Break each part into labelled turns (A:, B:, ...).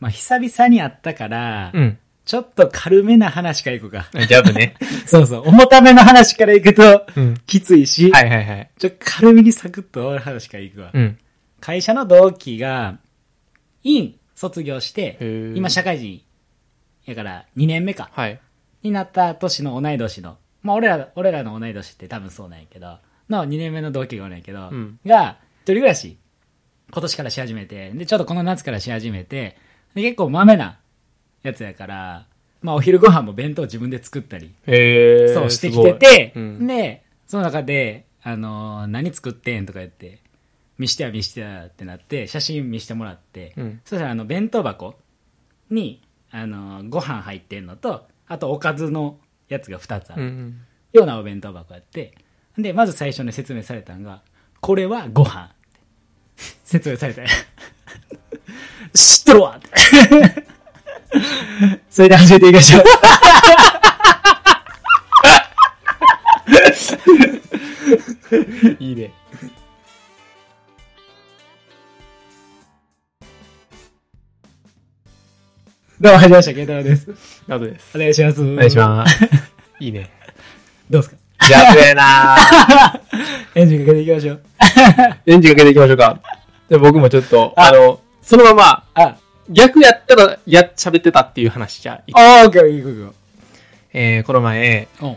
A: まあ、久々に会ったから、
B: うん。
A: ちょっと軽めな話からいこうか。
B: ジャブね。
A: そうそう、重ための話からいくと、
B: うん。
A: きついし、
B: はいはいはい。
A: ちょっと軽めにサクッと終わる話からいくわ。
B: うん。
A: 会社の同期が、院卒業して
B: へー、
A: 今社会人、やから2年目か、
B: はい。
A: になった年の同い年の、まあ俺ら、俺らの同い年って多分そうなんやけど、の2年目の同期がおるんやけど、
B: うん
A: が、一人暮らし、今年からし始めて、で、ちょっとこの夏からし始めて、で、結構豆なやつやから、まあお昼ご飯も弁当自分で作ったり、
B: へー
A: そうしてきてて、
B: すごいうん
A: で、その中で、あのー何作ってんとか言って、見してや見してやってなって、写真見してもらって、
B: うん
A: そしたらあの、弁当箱に、あのーご飯入ってんのと、あとおかずのやつが2つあ
B: う
A: る、
B: ん。
A: ようなお弁当箱やって、で、まず最初に説明されたのが、これはご飯って。説明されたよ知っとるわってそれで始めていきましょう。
B: いいね。
A: どうも、はじめまして、ケンタロウです。
B: あとです。
A: お願いします。お
B: お願いします。いいね。
A: どうですか
B: ジャブやな ー
A: エンジンかけていきましょう。
B: エンジンかけていきましょうか。じゃあ僕もちょっと、
A: あ
B: あの、そのまま、
A: あ、
B: 逆やったら、や、喋ってたっていう話じゃあ、
A: あ、オッケー、いい、いい、いい。
B: えー、この前、
A: お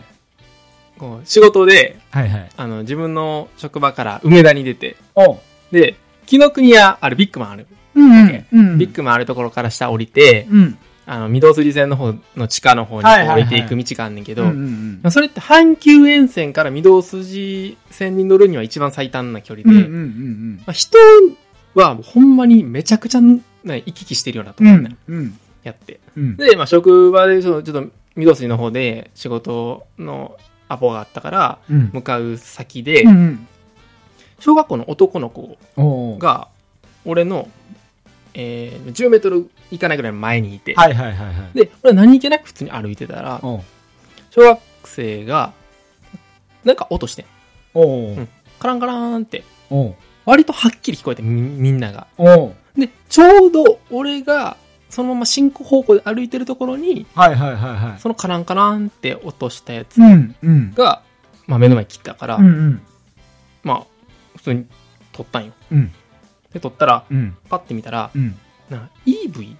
B: こう仕事で、
A: はいはい。
B: あの、自分の職場から梅田に出て、
A: お
B: で、紀ノ国屋、あるビッグマンある。
A: うん
B: うん
A: うん
B: ビッグマンあるところから下降りて、
A: うん。
B: あの、御堂筋線の方の地下の方にこ
A: はいはいうは
B: 降
A: い
B: りていく道があんねんけ
A: う
B: ど、
A: んうん
B: それって阪急沿線から御堂筋線に乗るには一番最短な距離
A: うん。うんうん
B: で、
A: う
B: ま
A: ん
B: あ、人はもうほんまにめちゃくちゃな行き来してるようなと
A: うん。う
B: ころ、
A: んうん
B: やって。
A: うん。
B: で、まあ、職場でちょっと、ちょっと御堂筋の方で仕事のアポがあったから、
A: うん
B: 向かう先で、
A: うん。
B: 小学校の男の子
A: おが、
B: が、俺の、えー10メートル行かないぐらい前にいて、
A: はいはいはいはい。
B: で、俺は何気なく普通に歩いてたら、
A: お
B: 小学生が、なんか音してん、
A: お
B: うんカランカラーンって、
A: お
B: 割とはっきり聞こえてみ、みんなが。
A: お
B: で、ちょうど俺が、そのまま進行方向で歩いてるところに、
A: はいはいはいは
B: そのカランカランって落としたやつ
A: い。うんうん。
B: が、まあ目の前に来たから、
A: うんうん。
B: まあ、普通に撮ったんよ。
A: うん
B: で、撮ったら、
A: うん
B: パッて見たら、
A: うん。
B: なんか EV?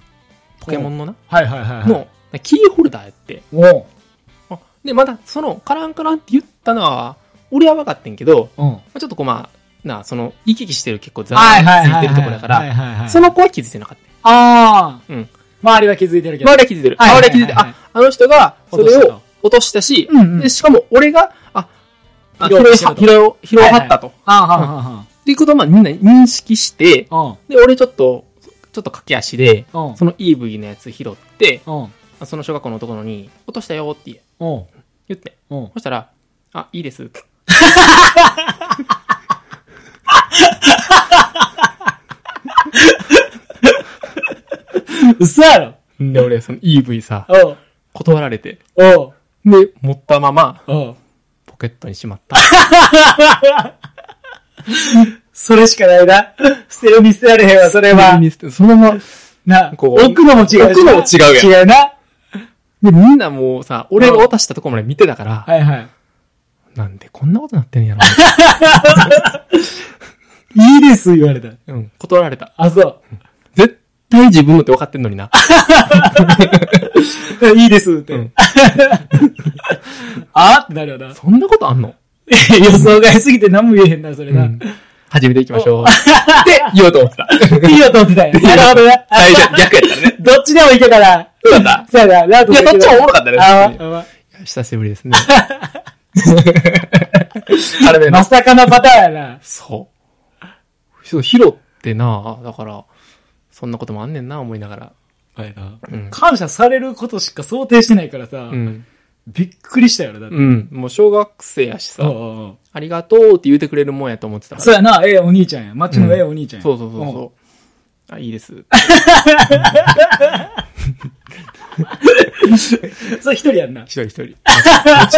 B: ポケモンのな
A: はいはいはいはい。
B: の、キーホルダーやって。
A: おう
B: あで、まだそのカランカランって言ったのは、俺は分かってんけど、
A: おう
B: まあちょっとこうまあ、なあ、その、行き来してる結構ザ
A: はい
B: ー
A: はい
B: ッつ
A: はいい
B: てるところだか
A: はい
B: ら、
A: はいはい。
B: そ、の子は気づいてなかった。
A: ああ。
B: うん。
A: 周りは気づいてるけど。
B: 周りは気づいてる。
A: はい
B: 周
A: はいは
B: りはい気づいてる。あ、あの人が、それを落としたし、
A: うんうん
B: でしかも俺が、あ、あ
A: 拾
B: 拾
A: い
B: いは、
A: 拾うと
B: 拾いを、拾いはったと。っ
A: ああ、はあはあはあ。
B: ていうことをまあみんな認識して、
A: おう
B: で、俺ちょっと、ちょっと駆け足で、
A: おう
B: その EV のやつ拾って、
A: おう
B: その小学校の男の子に、落としたよって
A: おう
B: 言って。
A: おう
B: そしたら、あ、いいです。
A: 嘘やろ
B: で、俺、その EV さ、
A: おう
B: 断られて、
A: おう
B: で、持ったまま、
A: おう
B: ポケットにしまった。
A: それしかない な。捨てるに捨てられへんわ、それは。
B: そのまま、
A: な、
B: こ
A: 奥
B: う
A: のも違うしな。
B: 奥のも違う
A: 違うな。
B: で、みんなもうさ、俺が渡したとこまで見てたから、
A: はいはい。
B: なんでこんなことなってんやろ。
A: いいです、言われた。
B: うん、断られた。
A: あ、そ
B: 絶対自分のって分かってんの にな。
A: う。 いいですって。
B: うん
A: あーってなるよな。
B: そんなことあんの
A: 予想外すぎて何も言えへんな、それな。
B: うん始めていきましょう。 って言おうと思ってた。
A: いいよと思ってたよ。なるほどな。
B: 最初、逆やったね。
A: どっちでもいけたら。
B: そうだった。
A: そうやな。い
B: いやそっちもおもろかったね
A: あ
B: 普通に
A: あわ
B: 久しぶり ですね。あれね、
A: まさかのパターンやな。
B: そう。そう、ヒロってな、だから、そんなこともあんねんな、思いながら。うん。
A: 感謝されることしか想定してないからさ
B: う、ん。
A: びっくりしたよな、だって。
B: うん。もう小学生やし
A: おう
B: さ、
A: おうおう
B: ありがとうって言うてくれるもんやと思ってたから。
A: そうやな、ええお兄ちゃんや。町のええお兄ちゃんや。
B: そうそうそう
A: おう
B: そう。あ、いいです。
A: それ一人やんな
B: 一。人一 人。もち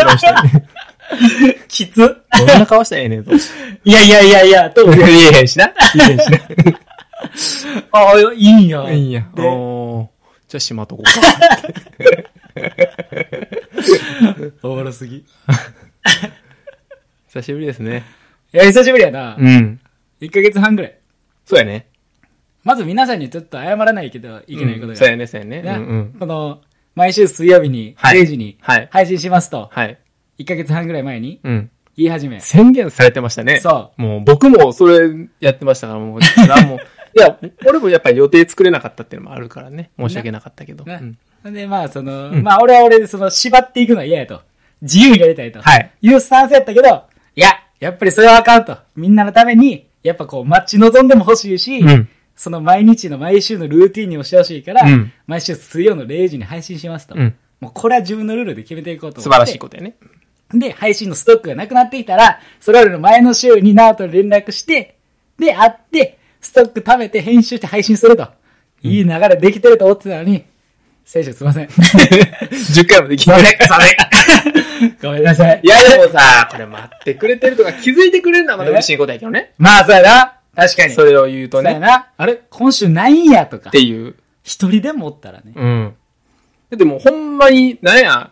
B: ろん一人。
A: きつ。
B: どんな顔したらええねんと。い
A: いやいやいやいや、と思う
B: やいやいやしな。いやいやしな。
A: ああ、いいんや。
B: いいんや。
A: で
B: おーじゃあ、しまっとこうか。
A: おもろすぎ。い
B: 久しぶりですね。
A: や、久しぶりやな。
B: ん。
A: 1ヶ月半ぐらい。
B: そうやね。
A: まず皆さんにちょっと謝らないけど、いけないこと
B: うん
A: が。
B: そうやね、そうやね。うん
A: な
B: うん。
A: この、毎週水曜日に、
B: はい
A: 0時に、
B: はい
A: 配信しますと、
B: はい。
A: 1ヶ月半ぐらい前に
B: うん。
A: 言い始め。
B: 宣言されてましたね。。
A: そう
B: もう僕もそれやってましたから、もう、なん もいや、俺もやっぱり予定作れなかったっていうのもあるからね。申し訳なかったけど。う
A: な。ん、
B: ん
A: で、まあ、その、まあ、俺は俺で、その、縛っていくのは嫌やと。自由にやりたいと。
B: はい。
A: いうスタンスやったけど、いや、やっぱりそれはあかんと。みんなのために、やっぱこう、待ち望んでもほしいし、
B: うん
A: その毎日の毎週のルーティンにもしてほしいから、
B: うん
A: 毎週水曜の0時に配信しますと。
B: うん
A: もうこれは自分のルールで決めていこうと思って。
B: 素晴らしいこと やね。
A: で、配信のストックがなくなってきたら、それよりの前の週にナオトに連絡して、で、会って、ストック食べて編集して配信すると。いい流れできてると思ってたのに、選手すいませ ん。
B: 10回もできない。
A: ごめんなさい
B: い。や、でもさ、これ待ってくれてるとか気づいてくれるのはまだ嬉しいことやけどね。
A: まあ、そうやな。確かに。
B: そ
A: れ
B: れを言うとね。っ
A: な。あれ今週ないんやとか
B: て。いう。
A: 一人でもおったらね。
B: うん。だってもうほんまに、なんや、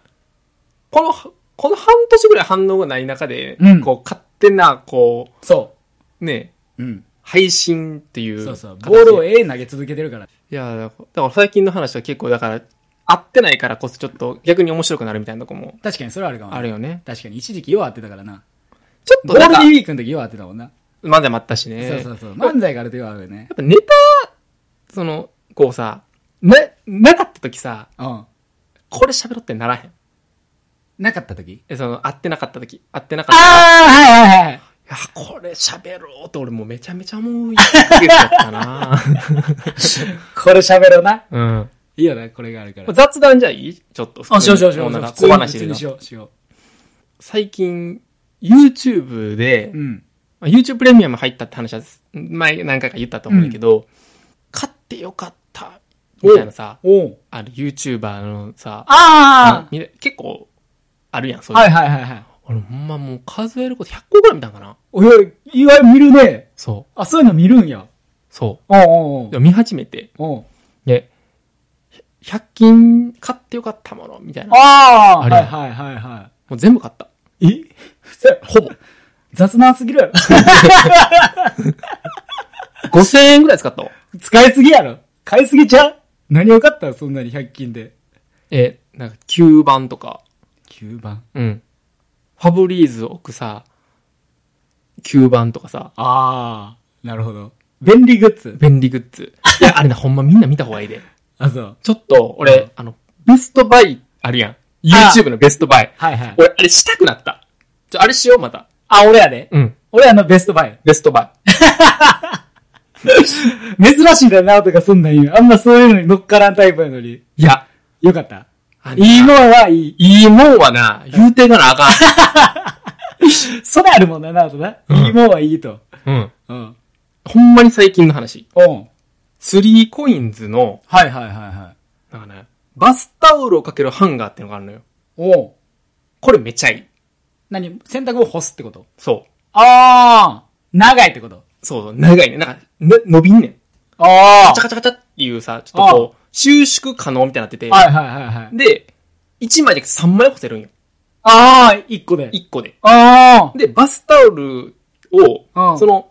B: この、この半年ぐらい反応がない中で、
A: うん
B: こう、勝手な、こ、
A: そう
B: ね、
A: う。うん。
B: 配信っていう。
A: そうそう。ボールを
B: い
A: A 投げ続けてるから。
B: や、だからだから最近の話は結構、だから、合ってないからこそちょっと逆に面白くなるみたいなとこも
A: 確かにそれはあるかもね。
B: あるよね。
A: 確かに一時期よう合ってたからな。
B: ちょっ
A: ゴ
B: と
A: ー
B: な
A: ルデン
B: んか
A: ウ、ィークの時よう合ってたもんな。
B: まだ待ったしね。
A: そうそうそう。漫才があるとよう合うよね
B: や。っぱネタ、その、こうさ、な、なかった時さ、
A: うん。
B: これ喋ろうってならへん。
A: なかった時
B: え、その、会ってなかった時、会ってなか
A: あ
B: った
A: あ、
B: 時
A: はいはいはい。
B: いや、これ喋ろうと俺もうめちゃめちゃもう一ヶ月だったな
A: これ喋 ろうな。
B: うん。
A: いいよな、これがあるから。
B: 雑談じゃいいちょっと普通に。
A: あ、しようしようしよう。
B: もうなんか
A: 普通
B: 小
A: に
B: 話
A: 普
B: で
A: 通
B: な
A: にしよう、しよ
B: 最近、YouTube で
A: う。う、ん。
B: まあ YouTube プレミアム入ったって話は前何回か言ったと思うんだけど、買ってよかった、みたいなさ、
A: おう。
B: ある YouTuber のさ、
A: あ
B: みんな結構あるやん、そ
A: あ
B: ういうの。
A: はいはいはいはい。
B: 俺ほんまもう数えること100個ぐらい見たんかな
A: おい意外見るね。
B: そう、
A: あ、そういうの見るんや。
B: そ
A: おうおう
B: う。で見始めて、
A: おう。おう
B: で、100均買ってよかったもの、みたいな。
A: ああ
B: あ
A: はい
B: るやん
A: はいはいは
B: もう全部買った。
A: い。えふざ
B: ほぼ。
A: 雑談すぎるやろ。
B: 5000円ぐらい使ったわ。
A: 使いすぎやろ。買いすぎちゃう何よかったそんなに100均で。
B: え、なんか吸盤とか、
A: 9番。
B: うん。ファブリーズ置くさ、吸盤とかさ、
A: ああなるほど。便利グッズ。
B: 便利グッ ズ。いや、あれな、ほんまみんな見た方がいいで。
A: あ、そう。
B: ちょっと、俺、あの、ベストバイあるやん。YouTube のベストバイ。
A: はいはい。
B: 俺、あれしたくなった。ちょ、あれしよう、また。
A: あ、俺やで。
B: うん。
A: 俺あのベストバイ。
B: ベストバイ。
A: 珍しいんだよな、とかそんなん言う。あんまそういうのに乗っからんタイプやのに。
B: いや、
A: よかった。
B: あの
A: いいもんはいい。
B: いいもんはな、言うてかなあか
A: それあるもんだな、とな。
B: うん
A: いいもんはいいと。
B: ん。うん。
A: うん。
B: ほんまに最近の話。
A: おん。
B: スリーコインズの、
A: はいはいはいはい。
B: なんかね、バスタオルをかけるハンガーっていうのがあるのよ。
A: おん。
B: これめちゃいい。
A: 何洗濯を干すってこと
B: そう。
A: ああ長いってこと
B: そうそう、長いね。なんか、ね、伸びんねん。
A: あ
B: カチャカチャカチャっていうさ、ちょっとこう、収縮可能みたいになってて、
A: はいはいはいはい。
B: で、1枚で3枚干せるんよ。
A: ああ一個で。
B: 1個で。
A: あ
B: で、バスタオルを、
A: うん
B: その、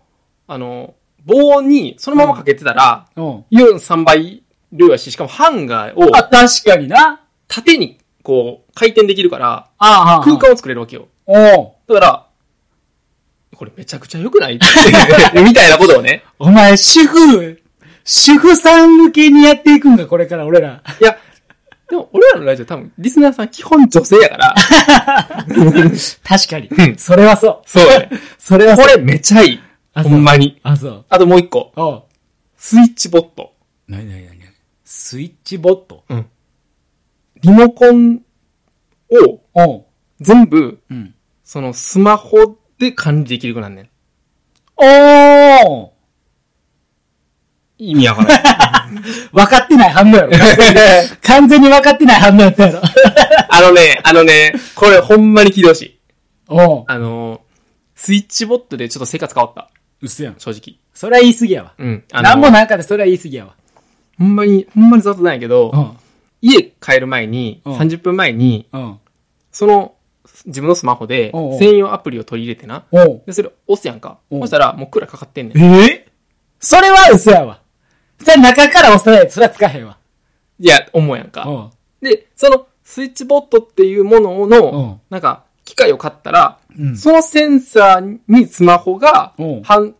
B: あの、棒にそのままかけてたら、
A: あうん。
B: いうん、3倍量やし、しかもハンガーを
A: あ、確かにな。
B: 縦にこう、回転できるから、
A: ああ、
B: 空間を作れるわけよ。
A: おう
B: だから、これめちゃくちゃ良くないっていう みたいなことをね。
A: お前、主婦、主婦さん向けにやっていくんか、これから俺ら。
B: いや、でも俺らのラジオ多分、リスナーさん基本女性やから、
A: 確かに。
B: うん
A: それはそう。
B: そうやね。
A: それは
B: こ
A: そう。
B: れめちゃいい。
A: あ
B: ほんまに。
A: あ、そう。
B: あともう一個。
A: おう。
B: スイッチボット。
A: なになになにスイッチボット
B: うん。リモコンを
A: おう。
B: 全部、
A: うん。
B: そのスマホで管理できるくなんねん。
A: おー
B: 意味わからん。
A: 分かってない反 応やろ。完全に分かってない反応やったやろ。
B: あのね、あのね、これほんまにひどいしい。
A: おう。
B: あのー、スイッチボットでちょっと生活変わった。
A: うっせやん。
B: 正直。
A: それは言い過ぎやわ。
B: うん。あの
A: なんもなんかでそれは言い過ぎやわ。
B: ほんまに、ほんまに雑なんやけど、
A: うん。
B: 家帰る前に、
A: うん
B: 30分前に、
A: うん。
B: その、自分のスマホで
A: おうおう、
B: 専用アプリを取り入れてな。
A: おう
B: で、それ押すやんか。
A: おう
B: そしたら、もうクーラーかかってんねん。
A: ええそれは嘘やわ。それ中から押さないとそれはつかへんわ。
B: いや、思うやん
A: う
B: か。
A: ん。
B: で、その、スイッチボットっていうもの
A: うん
B: の、なんか、機械を買ったら、
A: うん
B: そのセンサーにスマホが
A: うん、
B: はん、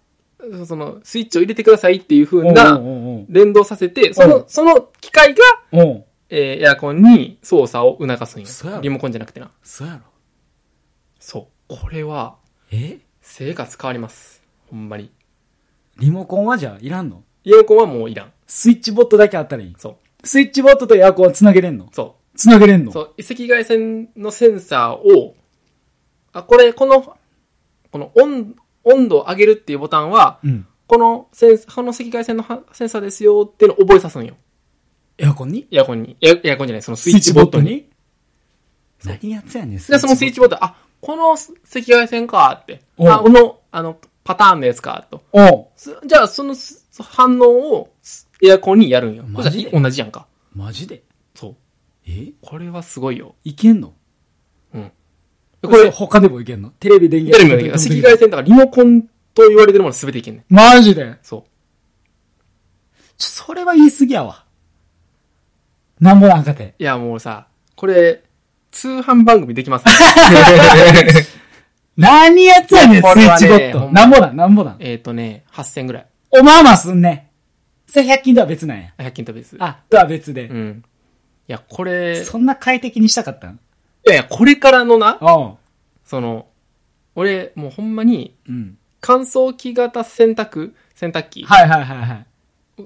B: その、スイッチを入れてくださいっていう風
A: お
B: な、
A: う
B: 連動させて、そ
A: うん
B: の、その機械が、
A: おうおうおう
B: えーエアコンに操作を促す
A: そうんや
B: や。
A: ろ
B: リモコンじゃなくてな。
A: そうやろ。
B: そう。これは、
A: え
B: 生活変わります。ほんまに。
A: リモコンはじゃあいらんの
B: エアコンはもういらん。
A: スイッチボットだけあったらいい。
B: そ
A: スイッチボットとエアコンは繋げれんの
B: う。そ
A: 繋げれんの
B: う。そう。赤外線のセンサーを、あ、これ、この、この温、温度を上げるっていうボタンは、
A: うん。
B: このセンス、この赤外線のはセンサーですよっていうのを覚えさすんよ。
A: エアコンに
B: エアコンに。エアエアコンじゃない、そのスイッチボットに。そう
A: 何やつやねん、
B: で、そのスイッチボット、あ、この赤外線かって。
A: おう
B: あ、この、あの、パターンのやつかと。
A: ボット。おう
B: すじゃあ、そのす反応をすエアコンにやるんよ。
A: マ
B: そ
A: ジで
B: したら同じやんか。
A: マジで
B: そう。
A: え
B: これはすごいよ。
A: いけんの
B: こ
A: こ
B: れ
A: れ、他でもいけんのテレビ電
B: テレ
A: 源
B: ビもできる。赤外線とかリモコンと言われてるもの全ていけんねん。
A: マジで
B: そ
A: ちょそれは言い過ぎやわ。なんぼなんかて。
B: う。いや、もうさ、これ、通販番組でき ます、ね、
A: 何やつやねん、
B: いやこ
A: スイ
B: れ
A: ッ
B: はね
A: チボット。
B: ほんま
A: なんぼなん、なんぼなん。
B: えっとね、8000ぐらい。
A: おまあまあすんね。それ100均とは別なんや。
B: 100均とベース。
A: あ、とは別で
B: う。ん。いや、これ、
A: そんな快適にしたかったん
B: いやいや、これからのな、
A: おう。
B: その、俺、もうほんまに、
A: うん。
B: 乾燥機型洗濯、洗濯機
A: はいはいはいはい。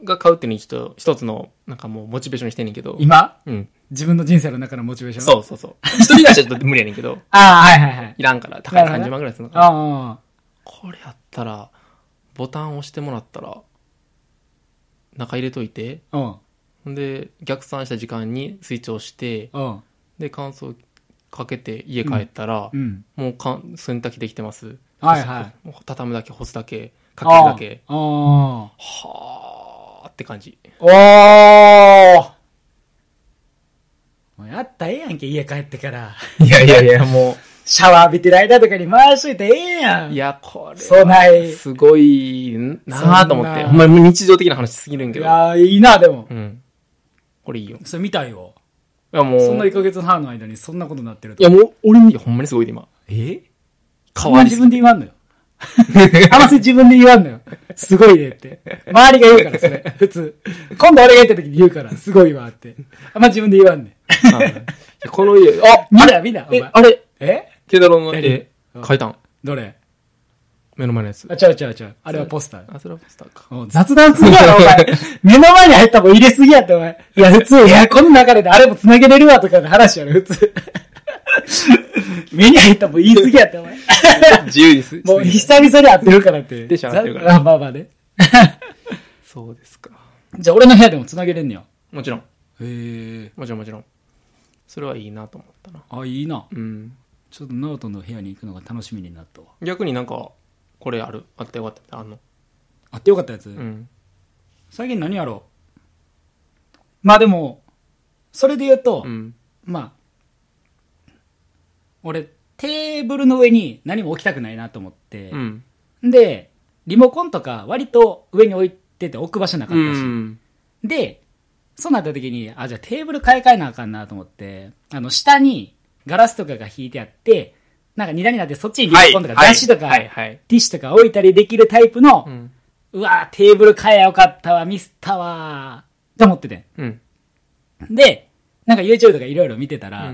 B: が買うっていうのに一一つの、なんかもうモチベーションにしてんねんけど。
A: 今
B: うん。
A: 自分の人生の中のモチベーション。う。
B: そうそうそう。一人暮らしはちょっと無理やねんけど、
A: ああ、はいはいはい。
B: いらんから、高い
A: なるほど
B: 30万ぐらいするのかな。
A: あ
B: これやったら、ボタン押してもらったら、中入れといて、
A: あ、うん。
B: ほんで、逆算した時間にスイッチ押して、
A: うん。
B: で、乾燥かけて家帰ったら
A: う、ん。
B: もうかん洗濯機できてます。。
A: はいはい
B: 畳むだけ、干すだけ、かけるだけ。
A: ああ。
B: はーって感じ。
A: おーもうやったらええやんけ、家帰ってから。
B: いやいやいや、も
A: シャワー浴びてる間とかに回しといてええやん。
B: いや、これ
A: そうない
B: は、すごいなーと思っ
A: そん
B: て。
A: な
B: ほんまに日常的な話すぎるん
A: い
B: けど。
A: やーいいな、でも
B: う。ん。これいいよ。い
A: それ見たいよ。
B: や、もう、
A: そんな1
B: い
A: ヶ月半の間にそんなことになってると。
B: や、もう、俺に、ほんまにすごいで今。
A: え
B: 変
A: あんま
B: わり
A: 自
B: す
A: 分で
B: ぎて
A: 言わんのよ。あんまり自分で言わんのよ。すごいねって。周りが言うから、それ。普通。今度俺が言った時に言うから、すごいわって。あんま自分で言わんねん。
B: うんいやこの家、あ
A: 見た見た、お
B: え、
A: 前。
B: あれ
A: え
B: ケイタロウの絵
A: 何、
B: 描いたん
A: どれ
B: 目の前のやつ。
A: あ、ちゃうちゃうちゃう。あれはポスター。
B: あ、それはポスターか。
A: もう雑談すぎやろ、お前。 目の前に入ったもん入れすぎやって、お前。いや、普通、エアコンの中であれも繋げれるわとかの話やろ、普 通。目に入ったもん言いすぎやって、 お前。
B: 自由です。
A: もう久々に会ってるからって。
B: でしょ会ってるから
A: ざあまあまあね。
B: そうですか。
A: じゃあ、俺の部屋でも繋げれんねや。
B: もちろん。
A: へえ。
B: もちろんもちろん。それはいいなと思ったな。
A: あ、いいな。
B: うん。
A: ちょっと、ナオトの部屋に行くのが楽しみになったわ。
B: 逆になんか、これある。あったよかった。あんの。
A: あってよかったやつ。
B: うん。
A: 最近何やろうまあでも、それで言うと、
B: うん。
A: まあ、俺、テーブルの上に何も置きたくないなと思って
B: う、ん。
A: で、リモコンとか割と上に置いてて置く場所なか
B: う
A: ったし、
B: ん。
A: で、そうなった時に、あ、じゃあテーブル買い替えなあかんなと思って、あの、下にガラスとかが引いてあって、なんか荷台になってそっちにリモコンとか雑誌とか、
B: はい、はい。
A: ティッシュとか置いたりできるタイプの、
B: う。
A: うんわーテーブル買えばよかったわ、ミスったわー、と思ってて。
B: うん。
A: で、なんか YouTube とかいろいろ見てたら、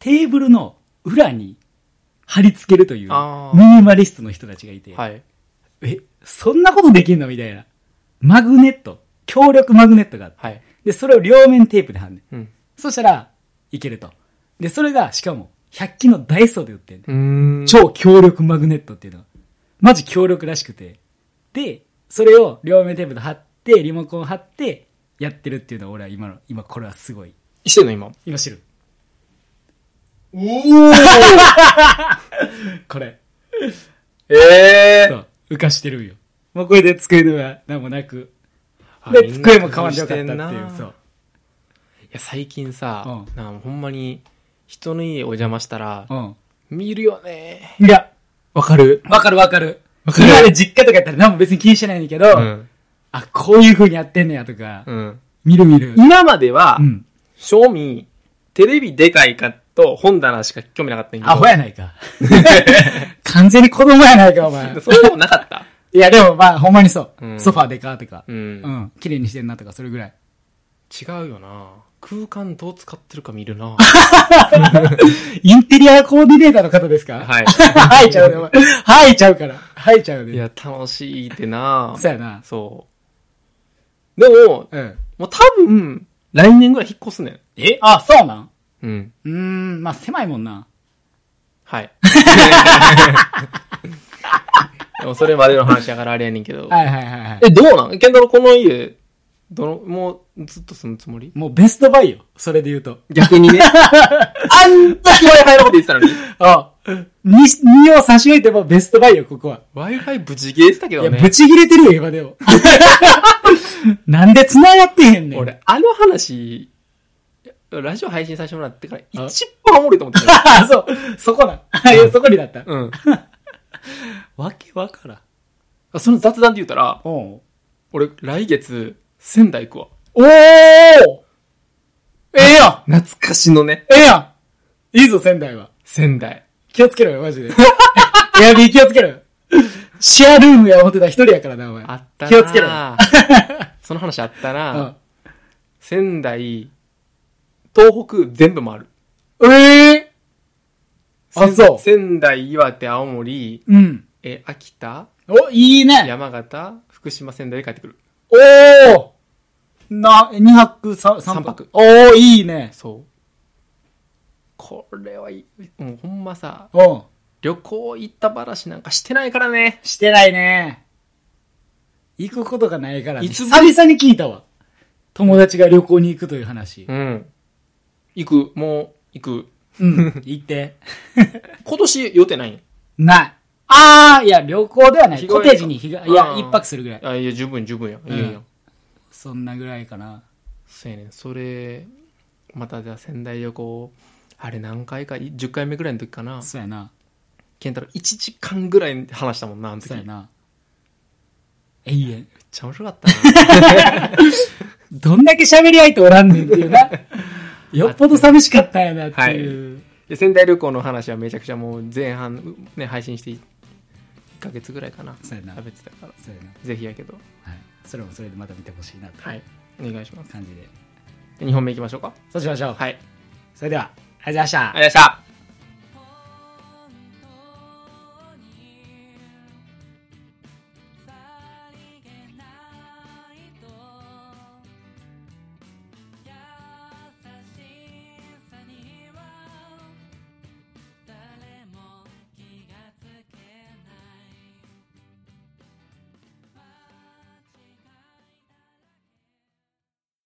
A: テーブルの裏に貼り付けるという
B: あー
A: ミニマリストの人たちがいて、
B: はい。
A: え、そんなことできんのみたいな。マグネット。強力マグネットがあって。
B: はい。
A: で、それを両面テープで貼んねん。
B: うん。
A: そしたら、いけると。で、それが、しかも、100均のダイソーで売ってんねん
B: うん
A: 超強力マグネットっていうのが。マジ強力らしくて。で、それを両面テープで貼って、リモコン貼って、やってるっていうのは俺は今の、今これはすごい。
B: してんの今。
A: 今知る。
B: おー
A: これ。
B: え
A: そう。浮かしてるんよ。もうこれで机では何もなく。
B: あ
A: で、
B: みんな
A: 机も買わんでよかったって
B: 工夫
A: い
B: し
A: う、
B: てん
A: そ
B: な
A: う。
B: いや、最近さ、
A: う
B: なんかほんまに、人の家お邪魔したら、
A: うん。
B: 見るよね。
A: いや、
B: わかる
A: わかるわかる。
B: わかる
A: 今まで実家とかやったら何も別に気にしてないんだけど、
B: うん。
A: あ、こういう風にやってんねやとか、
B: うん。
A: 見る見る。
B: 今までは
A: う、ん。
B: 正味、テレビでかいかと本棚しか興味なかったんやけど。
A: アホやないか。完全に子供やないか、お前。
B: それもな かった。
A: いや、でもまあ、ほんまにそう。
B: うん
A: ソファーでかとか、
B: う。
A: うんん。綺麗にしてんなとか、それぐらい。
B: 違うよな空間どう使ってるか見 るな
A: インテリアコーディネーターの方ですか
B: はい
A: はいちゃうね、お前。はいちゃうから。はいちゃう
B: い
A: ね。
B: や、楽しいってな
A: そうやな。
B: そう。でも、
A: うん。
B: もう多分、来年ぐらい引っ越すねん。
A: えあ、そうなん
B: うん。
A: うーん、まあ、狭いもんな。
B: はい。 でもそれまでの話やからあれやねんけど。
A: はいはいはいはい。
B: え、どうなんケンタロウこの家、どの、もうずっと住むつもり
A: もうベストバイよ。それで言うと。
B: 逆にね。 あんだけ Wi-Fi のこと言ってたのに。
A: あ、に、にを差し置いてもベストバイよ、ここは。
B: Wi-Fi ブチゲーしたけ
A: い
B: ど
A: や、
B: ね。
A: ブチ切れてるよ、今 でも。なんで繋がってへんねん。。
B: 俺、あの話、ラジオ配信させてもらってから一番おもろいと思ってたよ。
A: あ、 そう。そこだ。いやそこにだった。
B: うん。
A: わけわからん。
B: あその雑談で言うたら、
A: おう
B: 俺、来月、仙台行くわ。
A: おーええやん
B: 懐かしのね。
A: ええやんいいぞ、仙台は。
B: 仙台。
A: 気をつけろよ、マジで。 エアビー気をつけろよ。シェアルームや思ってた一人やからな、お前。
B: あったな
A: 気をつけろよ。
B: その話あった
A: う
B: な、
A: ん。
B: 仙台、東北全部回る。
A: ええあ、そう。
B: 仙台、岩手、青森、
A: うん。
B: え、秋田、
A: お、いいね。
B: 山形、福島、仙台で帰ってくる。
A: おおな、2泊3、3
B: 三
A: 泊
B: 泊。
A: おおいいね。
B: そう。これはいい。もうほんまさ、
A: うん。
B: 旅行行った話なんかしてないからね。
A: してないね。行くことがないからね。
B: いつぶ
A: 久々に聞いたわ。友達が旅行に行くという話。
B: うん。行く、もう、行く。
A: うん。行って。
B: 今年予定ないん
A: ない。あー、いや、旅行ではない。
B: 日帰り
A: コ
B: か
A: テージに日が、いや、
B: うん
A: 一泊するぐらい。
B: あ、いや、十分、十分や。いやいや、
A: うんそんなぐらいかな。
B: そうやねん。それ、またじゃあ仙台旅行、あれ何回か、い10回目ぐらいの時かな。
A: そうやな。
B: 健太郎1時間ぐらい話したもんな、あの時。
A: そうや
B: めっ
A: な。永遠。
B: ちゃ面白か ったな。
A: どんだけ喋り合いとおらんねんって いうな。よっぽど寂しかったんやなっていう。
B: で仙台旅行の話はめちゃくちゃもう前半、うね、配信して1ヶ月ぐらいかな。
A: そうやな
B: 食べてたから。
A: そうやな。
B: ぜひやけど。
A: はい。それもそれでまた見てほしいなと
B: はいい。お願いします。
A: う感じで。
B: で2本目行きましょうか。
A: そうしましょう。
B: はい。
A: それでは、ありがとうございました。
B: ありがとうございました。